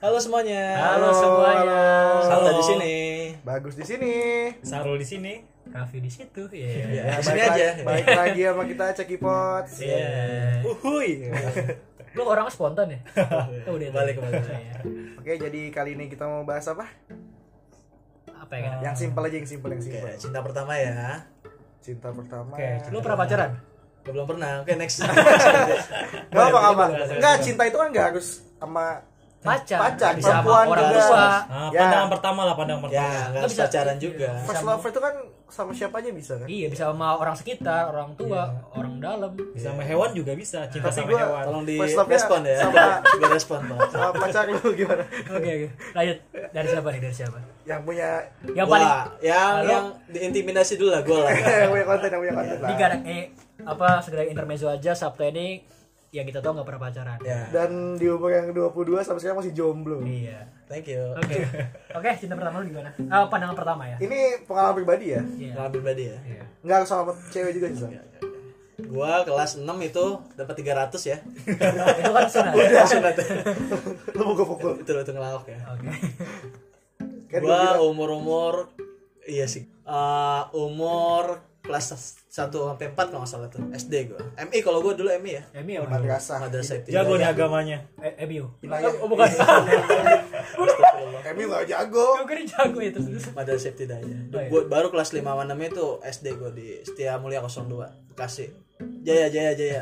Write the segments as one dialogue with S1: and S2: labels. S1: Halo semuanya.
S2: Halo semuanya.
S1: Halo di sini.
S3: Bagus di sini.
S2: Sarul di sini, Raffi di situ. Iya.
S1: Ya, di
S3: baik
S1: sini
S3: lagi-
S1: aja.
S3: Baik lagi sama kita Ceki Pot.
S2: Iya.
S1: Uhuy.
S4: Lu orangnya Uh, spontan ya? Oh, udah
S1: Kembali, kembali.
S4: Iya.
S3: Oke, jadi kali ini kita mau bahas apa?
S4: Apa ya? Iya. Kan?
S2: Ah.
S3: Yang simpel aja, yang simpel, yang
S1: Iya. Oke,
S3: simpel.
S1: cinta pertama ya.
S3: Cinta pertama.
S2: Oke,
S3: Gak
S4: Lu pernah pacaran?
S1: Gua belum pernah. Oke, next.
S2: Ah,
S3: apa apa.
S2: boleh, boleh,
S3: Enggak,
S2: boleh.
S3: cinta itu kan enggak harus sama
S4: Pacar.
S3: Pacar,
S4: Bisa sama
S3: perempuan
S4: orang
S3: juga.
S4: tua.
S2: Ah,
S3: Ya.
S2: pandangan pertama lah, pandangan pertama.
S1: ya, nggak harus
S4: Bisa.
S1: pacaran juga.
S3: first
S4: Sama-
S3: lover itu kan sama siapa aja bisa kan?
S4: Iya, bisa sama orang sekitar, orang tua, orang dalam.
S2: Sama
S4: Iya.
S2: hewan juga bisa, cinta
S3: Tapi
S2: sama
S3: gua-
S2: hewan.
S1: Tolong di
S3: First love-nya
S1: respon ya.
S3: sama-
S1: Di respon. Bang.
S3: Sama pacar lu gimana?
S4: Oke, oke. Lanjut. Dari siapa nih? Dari siapa?
S3: Yang punya
S4: Yang
S1: Wah,
S4: paling
S1: yang
S4: Halo?
S1: yang diintimidasi dulu lah gue lah.
S3: yang punya konten, yang punya konten
S4: ini
S3: lah.
S4: gara eh apa segera intermezzo aja Sabtu ini yang kita tahu nggak pernah pacaran.
S1: Ya,
S3: Dan di umur yang 22 sampai sekarang masih jomblo.
S4: Iya.
S1: thank you.
S4: Oke. Oke, cinta pertama lu gimana? Ah, pandangan pertama ya.
S3: Ini pengalaman pribadi ya?
S4: Iya.
S1: Pengalaman pribadi ya.
S4: Iya.
S3: Enggak harus sama cewek juga bisa.
S1: Gua kelas 6 itu dapat 300 ya.
S4: Itu kan sunat.
S1: Langsung nanti.
S3: Lu pukul-pukul.
S1: Itu itu ngelawak ya.
S4: Oke.
S3: Kan gua
S1: gua
S3: bilang,
S1: umur-umur iya sih. Eh, umur kelas 1 sampai 4 kalau nggak salah tuh. SD gua. MI kalau gua dulu MI ya.
S4: Emi ya udah.
S3: madrasah.
S1: Madrasah itu.
S2: Jago nih agamanya.
S4: Eh, Emi. yuk.
S3: Wilayah.
S4: Oh, bukan.
S1: Astagfirullah.
S3: Emi Iya. nggak jago.
S4: Gue kira jago itu.
S1: Madrasah ibtidaiyah.
S4: Oh, iya.
S1: Gua baru kelas 5 sama 6 itu SD gua di Setia Mulia 02 Bekasi. Jaya jaya jaya.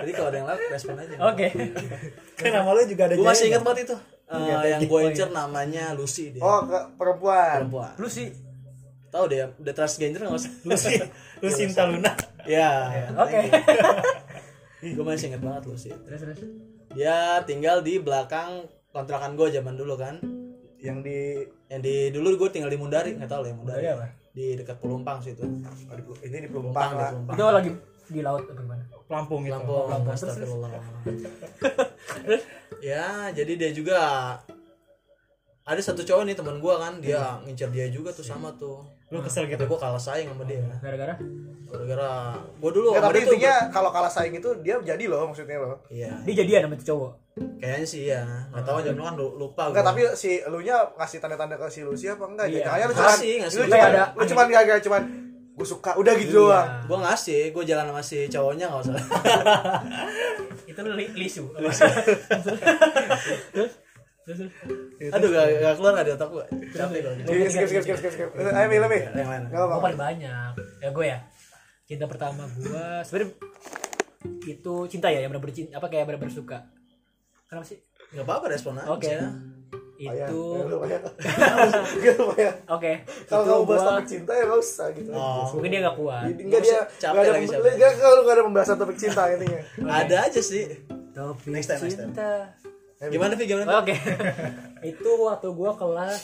S1: Jadi kalau ada yang lewat respon aja.
S4: Oke.
S2: Kan nama lu juga ada
S1: Gua masih
S2: jaya.
S1: ingat banget itu. Eh, yang gua incer namanya Lucy dia.
S3: Oh, ke perempuan.
S1: Perempuan.
S4: Lu sih.
S1: Tahu deh, udah transgender enggak usah.
S2: Lucy, Lucinta Luna.
S1: Ya.
S4: Oke.
S1: Gue masih inget banget Lucy.
S4: Terus terus.
S1: Dia tinggal di belakang kontrakan gue zaman dulu kan.
S3: Yang di
S1: Yang di dulu gue tinggal di Mundari, nggak tahu lah ya Mundari.
S4: Mundari apa?
S1: Di dekat Pelumpang situ.
S3: oh, di- ini di pelumpang
S1: di
S3: lah.
S1: Pelumpang.
S4: Itu lagi di laut atau gimana?
S2: Lampung gitu.
S1: Lampung, astagfirullah. ya, jadi dia juga ada satu cowok nih teman gue kan, dia ngincer dia juga tuh sama tuh.
S2: Lu kesel
S1: Tapi
S2: gitu.
S1: gue kalah saing sama dia.
S4: Gara-gara?
S1: Gara-gara gue dulu
S3: Ya,
S1: sama
S3: tapi
S1: dia tuh.
S3: intinya kalau kalah saing itu dia jadi loh maksudnya loh.
S1: Iya,
S4: Dia jadian sama itu cowok.
S1: kayaknya sih ya. Nggak tahu aja lu kan lu- lupa.
S3: Enggak,
S1: gua.
S3: tapi si elunya ngasih tanda-tanda ke si Lucy apa enggak?
S4: Iya.
S3: Jangan lu cuman,
S1: Ngasih, ngasih.
S3: lu cuman,
S4: Ada
S3: lu cuman gara-gara cuman gue suka, udah
S1: Iya.
S3: gitu doang.
S1: gue ngasih gue jalan sama si cowoknya nggak usah
S4: Itu lu li- lisu.
S1: aduh gak, gak keluar nggak di otak gue capek gue
S3: Skip, skip, skip, skip, skip, skip. Eh, Ayo, lebih, lebih.
S1: yang mana
S3: Enggak
S4: Gue
S3: apa-apa.
S4: paling banyak. Ya gue ya. Cinta pertama gue sebenarnya itu cinta ya yang benar-benar cinta apa kayak benar-benar suka. Kenapa sih?
S1: nggak apa-apa respon aja
S4: Oke.
S3: Bayar.
S1: gitu.
S4: Itu
S3: Ya, lu bayar. Ya, lu bayar.
S4: oke.
S3: Kalau
S4: Itu
S3: kamu bahas
S4: gua-
S3: topik cinta ya nggak usah gitu.
S1: Oh.
S4: mungkin dia gak kuat.
S3: Jadi Enggak dia
S1: Capek
S3: enggak ada
S1: lagi, capek.
S3: enggak kalau enggak ada pembahasan topik cinta intinya.
S1: ada aja sih
S4: Topik
S1: Next time, next time.
S4: cinta.
S3: Eh,
S1: gimana sih gimana
S4: Oke. itu waktu gua kelas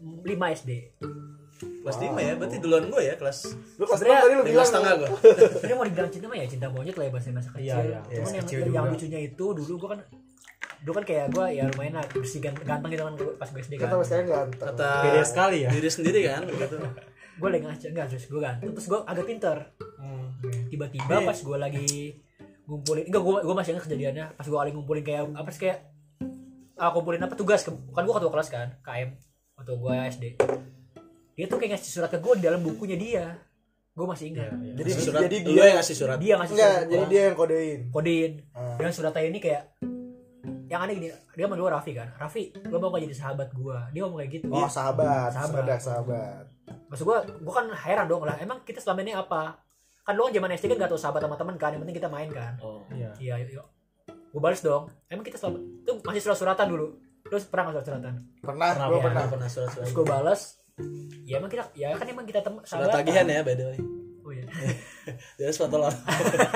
S4: 5 SD.
S1: kelas lima ya berarti duluan gue ya kelas
S3: Lu pas
S4: Sebenarnya
S3: tadi lu
S1: lima
S3: bilang
S1: setengah gue
S4: Sebenarnya mau dibilang cinta mah ya cinta monyet lah ya bahasa masa kecil.
S2: Iya, iya.
S4: Cuman
S2: Iya,
S4: yang,
S2: kecil
S4: yang
S2: juga.
S4: lucunya itu dulu gua kan dulu kan kayak gua ya lumayan lah bersih gan- ganteng gitu kan gua pas gue SD kan.
S3: kata mas sekarang ganteng.
S1: kata
S2: Beda sekali ya.
S1: diri sendiri kan begitu
S4: Gua lagi ngaca enggak terus gua ganteng terus gua agak pinter.
S2: Hmm,
S4: Tiba-tiba pas gua lagi ngumpulin enggak gua gua masih ingat kejadiannya pas gua lagi ngumpulin kayak apa sih kayak ah, kumpulin apa tugas ke, kan gua ketua kelas kan KM waktu gua SD dia tuh kayak ngasih surat ke gua di dalam bukunya dia gua masih ingat jadi
S2: Iya,
S1: jadi surat
S3: jadi
S1: lu
S3: dia-
S1: yang ngasih surat
S4: dia ngasih
S3: Enggak,
S4: surat ke
S3: jadi
S4: gua.
S3: dia yang kodein.
S4: kodein
S3: Ah.
S4: dan suratnya ini kayak yang aneh gini dia sama gua Raffi kan Raffi lo mau gak jadi sahabat gua dia ngomong kayak gitu
S3: Oh, sahabat,
S4: Sahabat.
S3: sahabat, sahabat.
S4: maksud gua gua kan heran dong lah emang kita selama ini apa kan lo kan zaman SD kan gak tau sahabat sama teman kan yang penting kita main kan
S1: oh
S2: Iya.
S4: Iya, yuk, yuk. Gue balas dong. Emang kita selama itu masih surat-suratan dulu. Terus pernah nggak surat-suratan?
S3: Pernah,
S2: Pernah,
S3: gua
S4: ya.
S3: pernah.
S1: nggak pernah surat surat
S4: Terus gue balas. Ya emang kita, ya kan emang kita teman.
S1: surat tagihan ya by the way
S4: Oh iya.
S1: dia surat tolong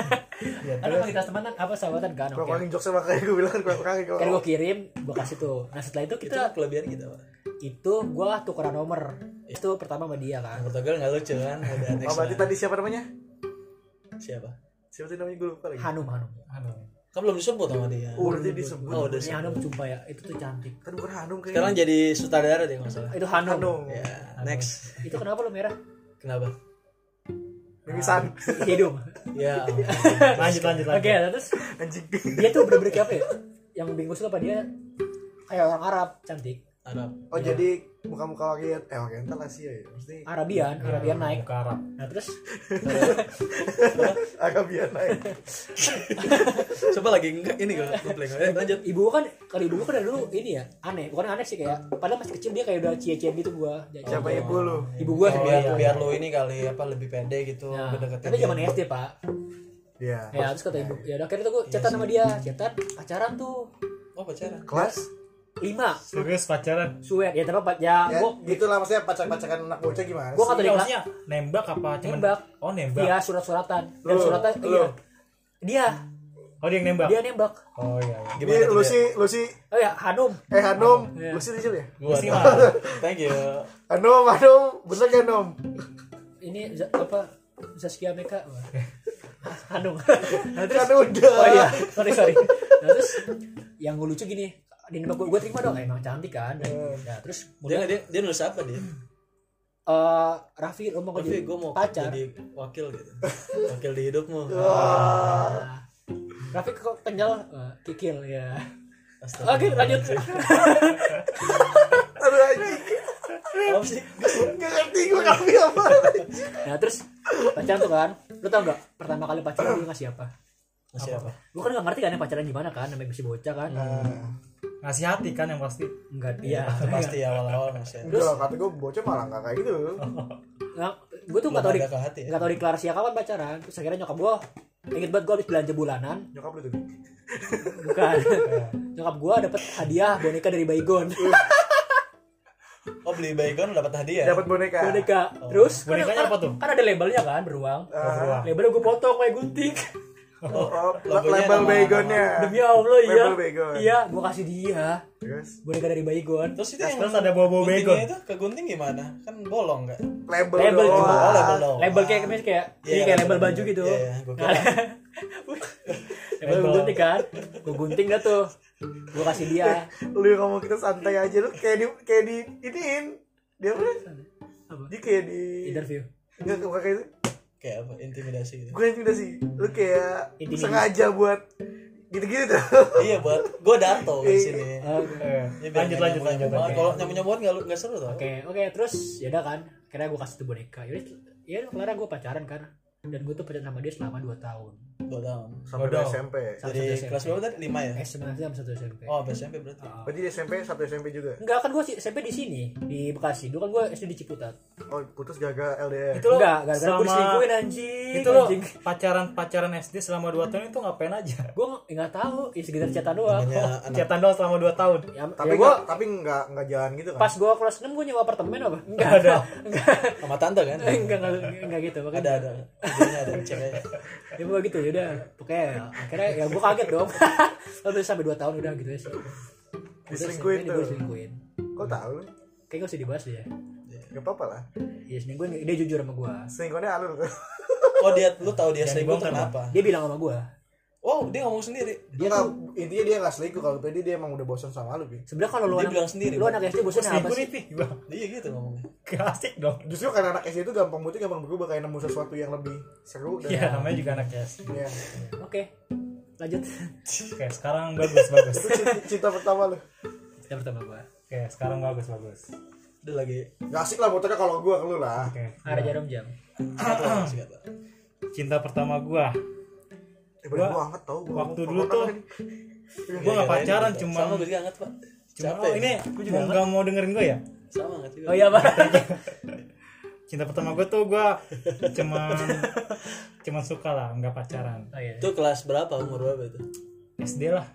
S4: Kan emang kita teman apa sahabatan kan?
S3: Kurang
S4: Oke.
S3: kurangin jokes sama kayak gue bilang kurang kurangin
S4: Kan
S3: kalau.
S4: gue kirim, gue kasih tuh. Nah setelah itu
S1: itu kan
S4: kita,
S1: kelebihan kita pak
S4: itu gue tukeran nomor. Itu pertama sama dia
S1: yang
S4: kan.
S1: Portugal nggak lucu kan ada
S3: Oh,
S1: next
S3: berarti
S1: lah.
S3: tadi siapa namanya?
S1: siapa
S3: Siapa tadi namanya gue lupa lagi.
S4: Hanum, Hanum.
S2: Aduh.
S1: kan belum disebut sama dia
S3: Oh, udah disebut.
S1: oh udah
S4: Ini
S1: disebut.
S4: Hanum jumpa ya, itu tuh cantik.
S3: Kan bukan Hanum kayaknya.
S1: sekarang jadi sutradara dia nggak salah
S4: Itu Hanum.
S3: Hanum.
S1: ya next
S4: Itu kenapa lo merah?
S1: kenapa
S3: Mimisan
S4: Hidung.
S1: ya ampun.
S2: Lanjut lanjut
S4: Oke,
S2: lanjut.
S4: terus
S3: anjing.
S4: dia tuh bener-bener kayak apa ya? Yang bingung apa dia kayak orang Arab cantik
S1: Arab
S3: Oh jadi muka-muka Orient eh Oriental lah sih ya. Mesti
S4: Arabian Arabian naik
S2: ke Arab.
S4: nah terus
S3: Arabian naik.
S1: coba lagi enggak ini gue gue play Eh, lanjut
S4: ibu gua kan kalau ibu gua kan dari dulu ini ya aneh bukan aneh sih kayak padahal masih kecil dia kayak udah cie-cian gitu gua
S3: Siapa ibu lu?
S4: ibu gua
S1: biar
S4: iya.
S1: biar lu ini kali apa lebih pede gitu
S4: Nah,
S1: ngedeketin
S4: tapi
S1: dia.
S4: zaman SD pak
S3: Iya.
S4: ya terus kata ibu ya udah akhirnya tuh gue cetan sama dia cetan pacaran tuh
S1: oh pacaran
S3: Kelas?
S4: lima
S2: Serius pacaran.
S4: suet ya tapi apa- ya
S3: Ya,
S4: gue
S3: gitu lah maksudnya pacar-pacaran anak bocah gimana? sih?
S4: Gua kata
S2: Ini
S4: dia,
S2: maksudnya nembak apa cuman
S4: Iya, Nembak. Iya.
S2: Oh, nembak.
S4: dia surat suratan dan
S3: Lu,
S4: suratan
S3: lu.
S4: iya dia
S2: Oh, dia yang nembak.
S4: dia nembak
S2: Oh, iya iya.
S3: Ini
S1: gimana tuh
S3: lu
S1: dia?
S3: sih, lu sih,
S4: oh ya Hanum
S3: eh Hanum,
S4: Iya.
S3: lu sih dijil ya?
S1: Gua
S2: Mesti
S1: dong.
S2: marah.
S1: thank you
S3: Hanum, Hanum, bener gak Hanum?
S4: ini Z- apa Zaskia Meka Wah. Hanum nah, terus
S3: Kan udah.
S4: oh iya sorry sorry nah, terus yang lucu gini dia nembak gue gue terima dong emang cantik kan nah terus
S1: dia
S4: kemudian
S1: dia dia nulis apa dia
S4: eh, Raffi lo mau
S1: tapi
S4: jadi
S1: gue mau
S4: pacar
S1: jadi wakil gitu wakil di hidupmu
S4: Nah, Raffi kok kenyal Wah, kikil ya
S1: Astaga.
S4: oke lanjut
S3: Aduh anjing,
S1: Apa sih?
S3: gak ngerti gue kami apa
S4: nah terus pacaran tuh kan lo tau gak pertama kali pacaran lu ngasih apa
S1: Masih apa?
S4: gue kan gak ngerti kan yang pacaran gimana kan namanya masih bocah kan
S2: Ngasih hati kan yang pasti.
S4: enggak iya
S1: Pasti awal-awal masih ada.
S3: Udah lah, kata gue bocah malah gak kayak gitu
S4: nah, gue tuh
S1: Belum
S4: gak tau di
S1: ada ke hati ya.
S4: nggak tau deklarasi ya kapan pacaran terus akhirnya nyokap gue inget banget gue habis belanja bulanan
S3: Nyokap lu tuh
S4: bukan nyokap gue dapet hadiah boneka dari Baygon
S1: Oh beli baygon dapat hadiah.
S3: Dapat boneka
S4: boneka terus kan-
S2: Bonekanya
S4: kan-
S2: apa tuh?
S4: kan ada labelnya kan beruang
S3: Ah.
S2: Beruang.
S4: labelnya gue potong kayak gunting
S3: Oh,
S1: Logonya
S3: label
S1: nama-
S3: baygonnya
S4: demi Allah iya
S3: Label Baygon.
S4: iya gue kasih dia
S3: Terus,
S4: boneka dari Baygon
S1: Terus itu yang
S2: Terus ada bobo
S1: guntingnya
S2: begon.
S1: Iya, itu kegunting gimana? Kan bolong nggak?
S3: label
S4: label
S3: doang.
S4: juga.
S1: Oh, label doang.
S4: label kayak kayak kayak
S1: Iya,
S4: ini kayak
S1: iya,
S4: label
S1: iya,
S4: baju
S1: iya,
S4: gitu
S1: iya, iya, gua kira.
S4: Nah, label
S2: Label.
S4: gunting kan gue gunting dah tuh gue kasih dia
S3: Lu yang ngomong kita santai aja, lu kayak di, kayak di, iniin Dia apa?
S4: Apa?
S3: Dia kayak di
S4: interview
S3: Enggak, bukan kayak itu
S1: Kayak apa? Intimidasi gitu.
S3: Gue intimidasi sih, lu kayak
S4: Intimidasi.
S3: sengaja buat gitu-gitu tuh
S1: iya buat gue dato di sini.
S4: oke
S2: Eh,
S1: Ya, biar nggak
S2: lanjut lanjut lanjut.
S1: nyambung-nyambung.
S2: lanjut.
S1: Kalau nyambung nyambungan nggak lu- nggak seru tau.
S4: oke oke terus ya udah kan akhirnya gue kasih tuh boneka Yaudah, ya kelar gue pacaran kan dan gue tuh pacaran sama dia selama 2 tahun
S1: Dua tahun.
S3: Sampai
S2: Bodoh.
S3: SMP
S4: Sampai
S1: Jadi
S4: SMP.
S1: kelas berapa tadi? Lima ya?
S4: eh sebenarnya sama satu SMP
S1: Oh, sampai SMP berarti.
S4: Ah.
S3: Berarti di SMP, satu SMP juga
S4: enggak kan gue SMP di sini di Bekasi dulu kan gue SD di Ciputat
S3: Oh, putus gara-gara LDR
S2: Itu lo
S4: enggak gara-gara gue
S2: selama-
S4: diselingkuhin anjing
S2: Itu lo
S4: anjing
S2: pacaran pacaran SD selama 2 tahun itu ngapain aja?
S4: gue nggak tahu ya sekitar cetan doang
S1: Namanya anak
S2: Chatan doang selama 2 tahun.
S4: ya,
S3: tapi
S4: ya
S3: gua,
S4: gue
S3: tapi nggak nggak jalan gitu kan
S4: pas gue kelas 6 gue nyewa apartemen apa enggak
S2: Ada.
S4: enggak
S1: sama tante kan?
S2: Eh,
S4: enggak enggak, enggak gitu
S1: Ada
S4: makanya
S1: ada. Videonya ada cewek.
S4: ya pokoknya gitu yaudah pokoknya akhirnya ya gue kaget dong terus sampai 2 tahun udah gitu ya sih
S3: Diselingkuhin
S4: tuh
S3: tuh.
S4: diselingkuhin
S3: kok tahu lu?
S4: kayaknya gak usah dibahas deh ya
S3: nggak apa-apa lah
S4: ya selingkuhin dia jujur sama gue
S3: selingkuhnya alur tuh
S1: Oh dia, lu tahu dia
S2: Jangan
S1: selingkuh tuh
S2: dibongkar,
S1: kenapa?
S4: dia bilang sama gue
S1: Oh dia ngomong sendiri.
S4: dia
S3: Nggak,
S4: tuh
S3: intinya dia nggak selingkuh kalau tadi dia emang udah bosan sama lu Bi.
S4: sebenarnya kalau lu
S1: Dia
S4: anak
S1: bilang sendiri,
S4: lu
S1: Bang.
S4: anak SD bosan apa
S2: Selingkuh
S4: sih
S2: nih, Bang.
S1: Iya gitu ngomongnya.
S2: Gak asik dong.
S3: justru karena anak SD itu gampang mutu gampang berubah kayak nemu sesuatu yang lebih seru dan
S2: Iya, namanya juga anak SD.
S3: Iya.
S4: oke lanjut
S2: Oke, sekarang bagus bagus.
S3: itu cinta, cinta pertama lu
S4: kita pertama gue
S2: Oke, sekarang bagus bagus.
S1: Dia lagi.
S3: nggak asik lah motornya kalau gua ke lu lah
S2: Oke.
S4: ada jarum jam
S1: Satu orang sih kata.
S2: Cinta pertama gua.
S3: eh, bener
S2: Gua-
S3: gua anget tau gua kan.
S2: waktu dulu
S3: gua-
S2: tuh-
S1: Iya,
S2: Gua gak pacaran cuma
S1: gitu. Sama gue juga anget pak.
S2: cuma
S1: Capek.
S2: oh, ini
S4: Gua juga
S2: mau nggak mau dengerin gua ya?
S1: Sama anget juga.
S4: oh iya pak
S2: Cinta pertama gua tuh gua cuman cuman suka lah, nggak pacaran.
S4: oh iya
S1: Itu kelas berapa umur berapa itu?
S2: SD lah.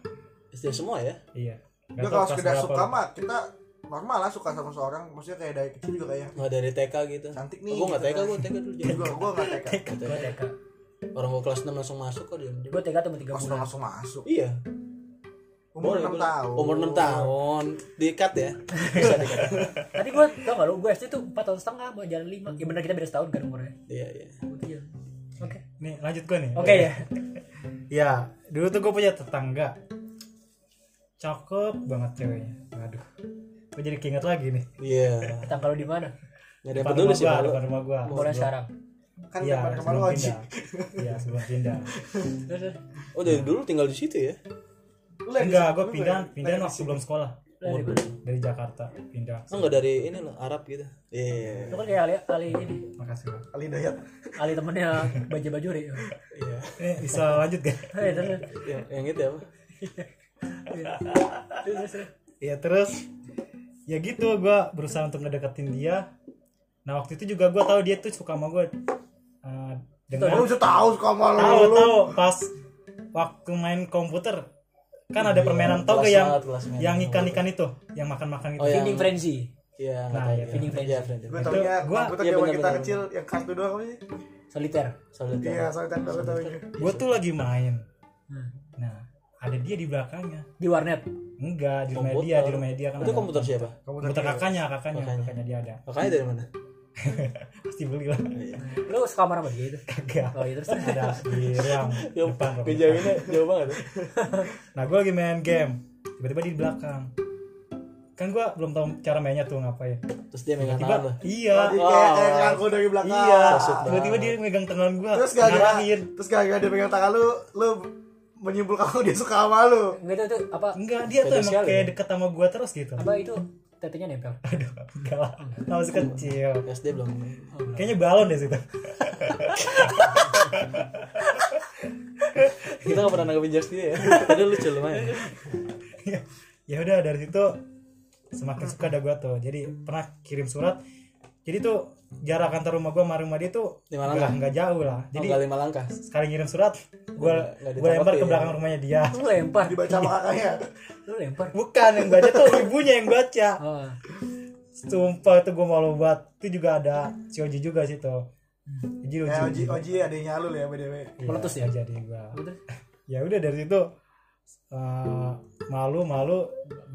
S1: SD semua ya?
S2: Iya.
S3: udah
S2: Nggak tahu
S3: kalau
S2: kelas
S3: sekedar
S2: berapa.
S3: suka mah kita normal lah suka sama seorang maksudnya kayak dari kecil juga kayak
S1: Nggak dari TK gitu.
S3: Cantik
S1: Oh,
S3: nih,
S1: Gua nggak
S3: gitu
S1: TK
S3: kan.
S1: gua TK dulu
S3: Gua
S1: jadi.
S3: juga gua nggak tega
S4: gue TK
S1: Orang gua kelas 6 langsung masuk kok dia.
S4: gue TK tuh
S3: pas
S4: 3
S3: udah
S4: bulan
S3: langsung masuk
S1: Iya.
S3: umur
S1: Boleh,
S3: enam
S1: boleh.
S3: tahun
S1: Umur 6
S2: Oh.
S1: tahun. Diikat ya. Bisa diikat.
S4: tadi gue tau gak lu gue SD tuh 4 tahun setengah mau jalan 5 ya bener kita beda setahun kan umurnya
S1: Iya iya.
S4: Iya. oke
S2: Nih, lanjut gua nih.
S4: oke ya
S2: Ya, dulu tuh gue punya tetangga Cakep banget ceweknya Aduh Gue jadi keinget lagi nih
S1: Iya.
S4: tanggal lu di mana
S1: Nggak ada yang
S2: Depan
S1: peduli
S2: rumah
S1: sih
S2: gua,
S1: malu.
S2: depan rumah gua
S4: bola sarang
S3: kan
S2: Iya,
S3: depan kemarin
S2: sebelum
S3: wajib
S2: pindah Iya, sebelum pindah
S4: Terus, terus.
S1: Oh dari dulu tinggal di situ ya?
S3: Lu lagi-
S2: Enggak, gue
S3: lu
S2: pindah
S3: lagi-
S2: Pindah
S3: lagi-
S2: waktu belum sekolah
S4: Dari
S1: Umur
S4: mana?
S2: dari Jakarta pindah
S1: enggak dari ini loh Arab gitu iya
S4: Lu kan kayak Ali, Ali ini,
S2: makasih Bang.
S3: Ali Dayat
S4: Ali temennya Baja Bajuri.
S1: iya
S2: Eh, bisa lanjut gak?
S4: Hei, terus.
S1: yang, yang itu apa
S4: Terus, terus.
S2: ya terus ya gitu gua berusaha untuk ngedeketin dia nah waktu itu juga gua tahu dia tuh suka sama gue
S3: Lu
S2: dengan
S3: bisa tahu suka sama lu
S2: tahu
S3: lu.
S2: tahu pas waktu main komputer kan ada permainan tau
S1: kelas
S2: gak yang
S1: Iya, banget, kelas main
S2: yang ikan ikan itu yang makan makan itu
S1: Oh, iya.
S4: Feeding frenzy.
S1: iya nggak
S2: Nah,
S1: tahu
S2: iya,
S1: ya.
S4: feeding frenzy.
S1: Iya, friendly.
S3: Gue taunya
S2: Gua-
S3: Gua
S1: iya,
S3: tau zaman
S1: bener,
S3: kita
S1: bener.
S3: kecil Yang kelas 2 apa sih?
S4: Soliter.
S1: Solid
S3: Iya soalnya tanda gue tau
S2: gue tuh lagi main
S4: Hmm.
S2: nah ada dia di belakangnya
S4: Di warnet.
S2: enggak di rumah
S1: Komputer.
S2: dia di rumah dia kan
S1: itu
S2: ada.
S1: komputer siapa
S2: komputer kakaknya kakaknya
S1: Kakaknya.
S2: kakaknya dia ada
S1: makanya dari mana
S2: pasti beli lah
S1: Iya.
S4: Lu sekamar sama dia itu?
S2: Kagak.
S4: Oh, iya terus.
S2: ada di ruang depan ruang
S1: pinjaminnya jauh banget ya.
S2: Nah gue lagi main game Tiba-tiba di belakang Kan gue belum tahu cara mainnya tuh ngapain
S1: terus dia megang tangan lo Oh,
S2: Tiba Iya
S3: Tadi kayak kayak ngangkul dari belakang
S2: Iya
S1: Sosok
S2: Tiba-tiba dia megang tangan gue
S3: Terus gara-gara
S2: ngarahin.
S3: Terus gara-gara dia pegang tangan lu Lu menyimpulkan kalau dia suka sama lu
S4: Enggak itu, itu apa?
S2: Enggak dia tuh
S1: Beda
S2: emang
S1: sekali
S2: kayak
S1: ya.
S2: deket sama gue terus gitu
S4: Apa itu? Tetenya nempel.
S2: Aduh enggak lah Nah, Masih kecil
S1: SD belum
S2: Kayaknya balon deh situ
S1: kita nggak pernah nanggepin jokes dia ya tadi lucu lumayan
S2: ya udah dari situ semakin suka dah gue tuh jadi pernah kirim surat jadi tuh jarak antar rumah gue sama rumah dia tuh
S1: Lima
S2: nggak
S1: langkah.
S2: nggak jauh lah
S1: jadi
S2: jadi
S1: lima langkah
S2: sekali ngirim surat gue
S1: Nggak ya?
S2: gue lempar ke
S1: ditangkepin.
S2: belakang rumahnya dia
S4: Lu lempar.
S3: Dibaca sama
S2: Iya.
S3: kakaknya
S4: Lu lempar.
S2: Bukan yang baca tuh ibunya yang baca.
S4: Oh.
S2: Sumpah itu gue malu banget. Itu juga ada si Oji juga sih tuh. Jadi
S3: Ya Oji,
S2: Oji.
S3: Oji adanya lu ya BDW
S2: Iya,
S4: Meletus ya?
S2: Jadi gua.
S4: Terus
S2: Ya udah dari situ eh, malu malu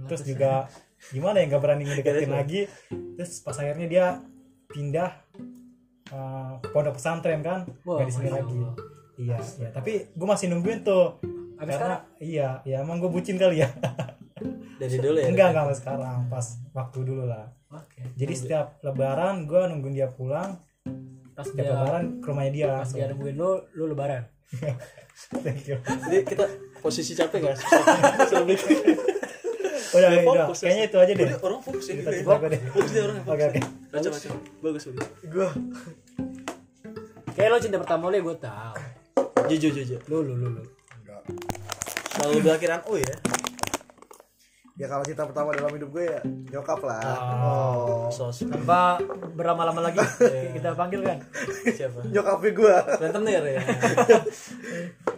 S2: terus juga gimana ya nggak berani
S4: Iya,
S2: ngedeketin lagi. Terus pas akhirnya dia pindah eh, ke pondok pesantren kan.
S4: Wah,
S2: Gak di sini
S4: Masya
S2: lagi.
S4: Allah.
S2: Iya, iya. tapi gue masih nungguin tuh.
S4: Habis
S2: karena iya, ya emang gue bucin kali ya.
S1: dari dulu ya
S4: Iya,
S2: enggak, enggak sama sekarang, pas waktu dulu lah.
S4: Oke.
S2: Jadi setiap lebaran gue nungguin dia pulang,
S4: Pas dia
S2: setiap lebaran ke rumahnya dia
S4: Ya. pas
S2: langsung.
S4: dia nemuin lu, lu lebaran.
S2: Thank you.
S1: jadi kita posisi capek nggak sebelum
S2: Udah,
S1: Udah
S2: udah.
S1: fokus, ya.
S2: Kayaknya itu aja deh.
S1: orang fokus ya gitu
S2: Kita
S1: ya.
S2: cerita gue deh.
S1: fokus dia orang
S2: Oke, oke.
S1: baca baca bagus bagus
S3: Gue
S4: Kayak lo cinta pertama lo ya gue tau.
S1: jujur jujur
S4: Lu lu lu lu.
S1: selalu berakhiran oh ya
S3: Ya kalau cinta pertama dalam hidup gue ya Nyokap lah
S2: Ah.
S3: Oh
S1: sos
S4: Tanpa berlama-lama lagi kita panggil kan.
S1: siapa
S3: Nyokapnya gue
S1: berantem nih ya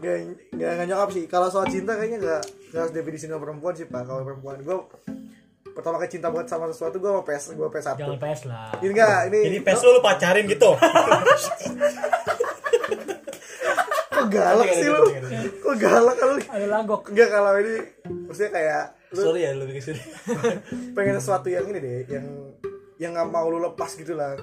S3: Gak, gak, gak nyokap sih Kalau soal cinta kayaknya gak, gak harus definisi sama perempuan sih pak Kalau perempuan gue Pertama kali cinta banget sama sesuatu gue sama PS Gue PS1
S4: Jangan PS lah.
S3: Ini enggak, ini
S2: Jadi pes lu, lu pacarin gitu.
S3: kok galak sih lu? Kok galak kan lu?
S4: Ada langgok.
S3: Enggak kalau ini maksudnya kayak lu
S1: sorry ya lebih kesini
S3: pengen sesuatu yang ini deh, yang yang nggak mau lu lepas gitu lah.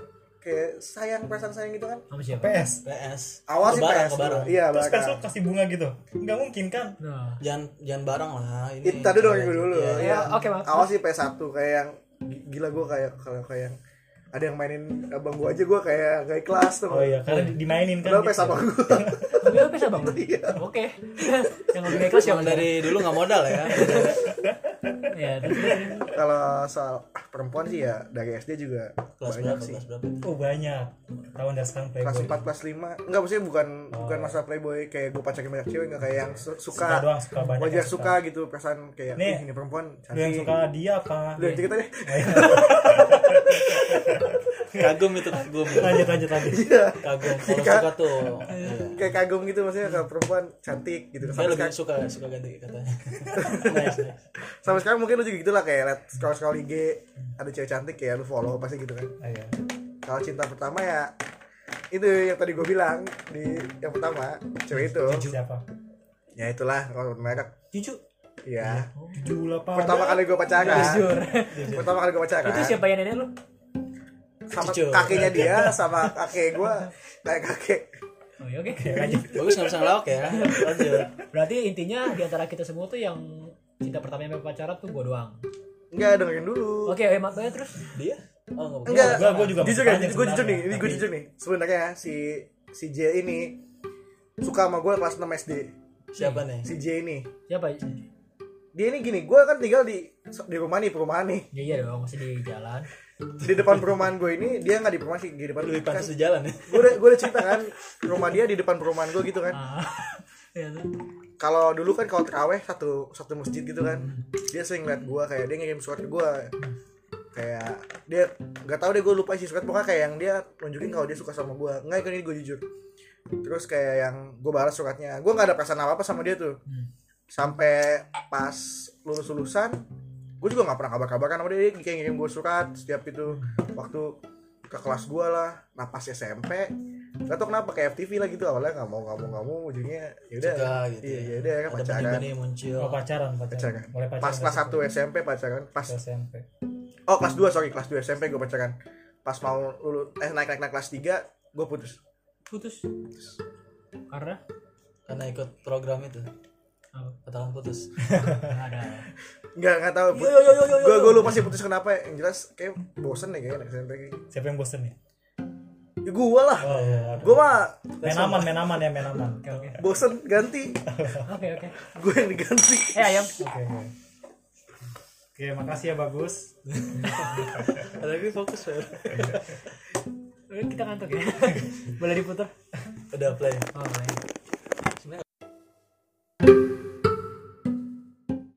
S3: Kayak sayang perasaan sayang gitu kan.
S4: Sama siapa?
S2: PS.
S1: PS
S3: Awal sih
S1: Kebarang,
S3: PS.
S1: kebarang.
S3: Iya,
S2: Terus pes lu
S3: barang.
S2: kasih bunga gitu. Enggak mungkin kan?
S4: Nah.
S1: jangan jangan bareng lah ini
S3: Itu tadi dong gue dulu.
S1: Iya.
S3: Iya.
S4: oke, maaf.
S3: Awal sih PS1 kayak yang gila gue kayak kalau kayak yang ada yang mainin abang gue aja gue kayak gak ikhlas tuh.
S2: Oh iya, karena dimainin kan.
S3: Padahal
S2: gitu.
S3: PS abang gue.
S4: Ambil PS abang. Oke. Yang lebih ikhlas siapa
S1: Emang Iya. dari dulu nggak modal ya
S4: Ya, terus terus.
S3: kalau soal perempuan sih ya dari SD juga
S1: kelas
S3: banyak
S1: berapa
S3: sih.
S1: kelas berapa
S2: Oh banyak. Tahun dan sekarang
S3: kelas
S2: playboy.
S3: 4 kelas 5 enggak maksudnya bukan bukan masalah playboy kayak gue pacarin banyak cewek enggak kayak yang su- suka
S2: Oh. Suka doang, suka banyak
S3: wajar
S2: yang
S3: suka gitu perasaan kayak
S2: Nih,
S3: Nih, ini perempuan
S2: Lu yang
S3: cantik
S2: suka dia apa?
S3: udah cerita deh
S1: kagum itu kagum
S2: Lanjut lanjut lanjut.
S3: iya
S1: kagum kalau suka tuh iya.
S3: kayak kagum gitu maksudnya kalau perempuan cantik gitu
S1: saya
S3: sampai
S1: lebih
S3: sekarang,
S1: suka suka ganti katanya nice, nice.
S3: sampai sekarang mungkin lu juga gitu lah kayak liat scroll scroll IG ada cewek cantik ya lu follow pasti gitu kan
S2: Ayo.
S3: kalau cinta pertama ya itu yang tadi gue bilang di yang pertama cewek itu
S2: Siapa?
S3: ya itulah kalau mereka
S4: Cucu.
S3: ya
S2: Jujur lah pak.
S3: pertama kali gue pacaran
S4: Jujur.
S3: pertama kali gue pacaran
S4: Itu siapa yang nenek lu?
S3: sama
S1: Cucu.
S3: kakinya dia sama kakek gue kayak kakek
S4: Oh, iya, oke.
S1: bagus nggak bisa ngelawak ya lanjut
S4: Berarti intinya di antara kita semua tuh yang cinta pertama yang pacaran tuh gue doang.
S3: enggak dengerin dulu
S4: Oke, emak gue terus.
S1: dia oh nggak boleh.
S3: enggak
S2: Gua- gua juga
S3: jujur
S2: masih
S3: ya gue
S2: panjang
S3: jujur nih
S2: sebenarnya,
S3: ini gue
S2: tapi-
S3: jujur nih sebenarnya ya, si si J ini suka sama gue kelas 6 SD
S1: siapa nih
S3: si J ini
S4: Siapa?
S3: dia ini gini gue kan tinggal di di rumah nih perumahan nih
S4: Iya iya dong masih di jalan.
S3: di depan perumahan gue ini dia nggak di perumahan sih di depan
S1: Lebih
S3: kan,
S1: pantas jalan ya.
S3: gue udah gue udah cerita kan rumah dia di depan perumahan gue gitu kan
S4: Ah. Iya tuh.
S3: kalau dulu kan kalau teraweh satu satu masjid gitu kan dia sering liat gue kayak dia ngirim surat ke gue kayak dia nggak tahu deh gue lupa sih surat pokoknya kayak yang dia nunjukin kalau dia suka sama gue nggak ikut ini gue jujur terus kayak yang gue balas suratnya gue nggak ada perasaan apa apa sama dia tuh sampai pas lulus lulusan gue juga nggak pernah kabar kabaran sama dia dia kayak ngirim gue surat setiap itu waktu ke kelas gue lah nah pas SMP gak tau kenapa kayak FTV lah gitu awalnya nggak mau nggak mau nggak mau ujungnya yaudah
S1: Juga gitu.
S3: iya
S1: ya.
S3: iya udah kan
S1: Ada
S3: pacaran
S1: benih-benih muncul.
S2: Oh, pacaran, pacaran.
S3: Pacaran.
S2: Mulai pacaran.
S3: pas kelas 1
S2: dari
S3: SMP pacaran pas
S2: situ, SMP.
S3: oh kelas 2 sorry kelas 2 SMP gue pacaran pas mau lulus eh naik naik naik kelas 3 gue putus
S4: Putus. Karena
S1: Karena ikut program itu.
S4: Apa?
S1: Katakan putus.
S4: Nggak ada.
S3: nggak nggak tahu
S2: Iya,
S1: Yo, yo, yo, yo, yo,
S3: gue
S1: yo.
S3: gue lupa sih putus kenapa ya. yang jelas kayak bosen deh kayaknya naik SMP
S2: Siapa yang bosen ya?
S3: ya, gue lah
S2: Oh, iya.
S3: gue mah
S2: Main aman, main aman ya, main aman.
S4: Oke oke.
S3: bosen ganti
S4: Oke oke.
S3: gue yang diganti
S4: Eh ayam.
S2: Oke, oke. Oke, makasih ya bagus.
S1: Tapi fokus Fer.
S4: Eh, Kita ngantuk ya. Boleh diputar.
S1: Udah play.
S4: Oh, iya.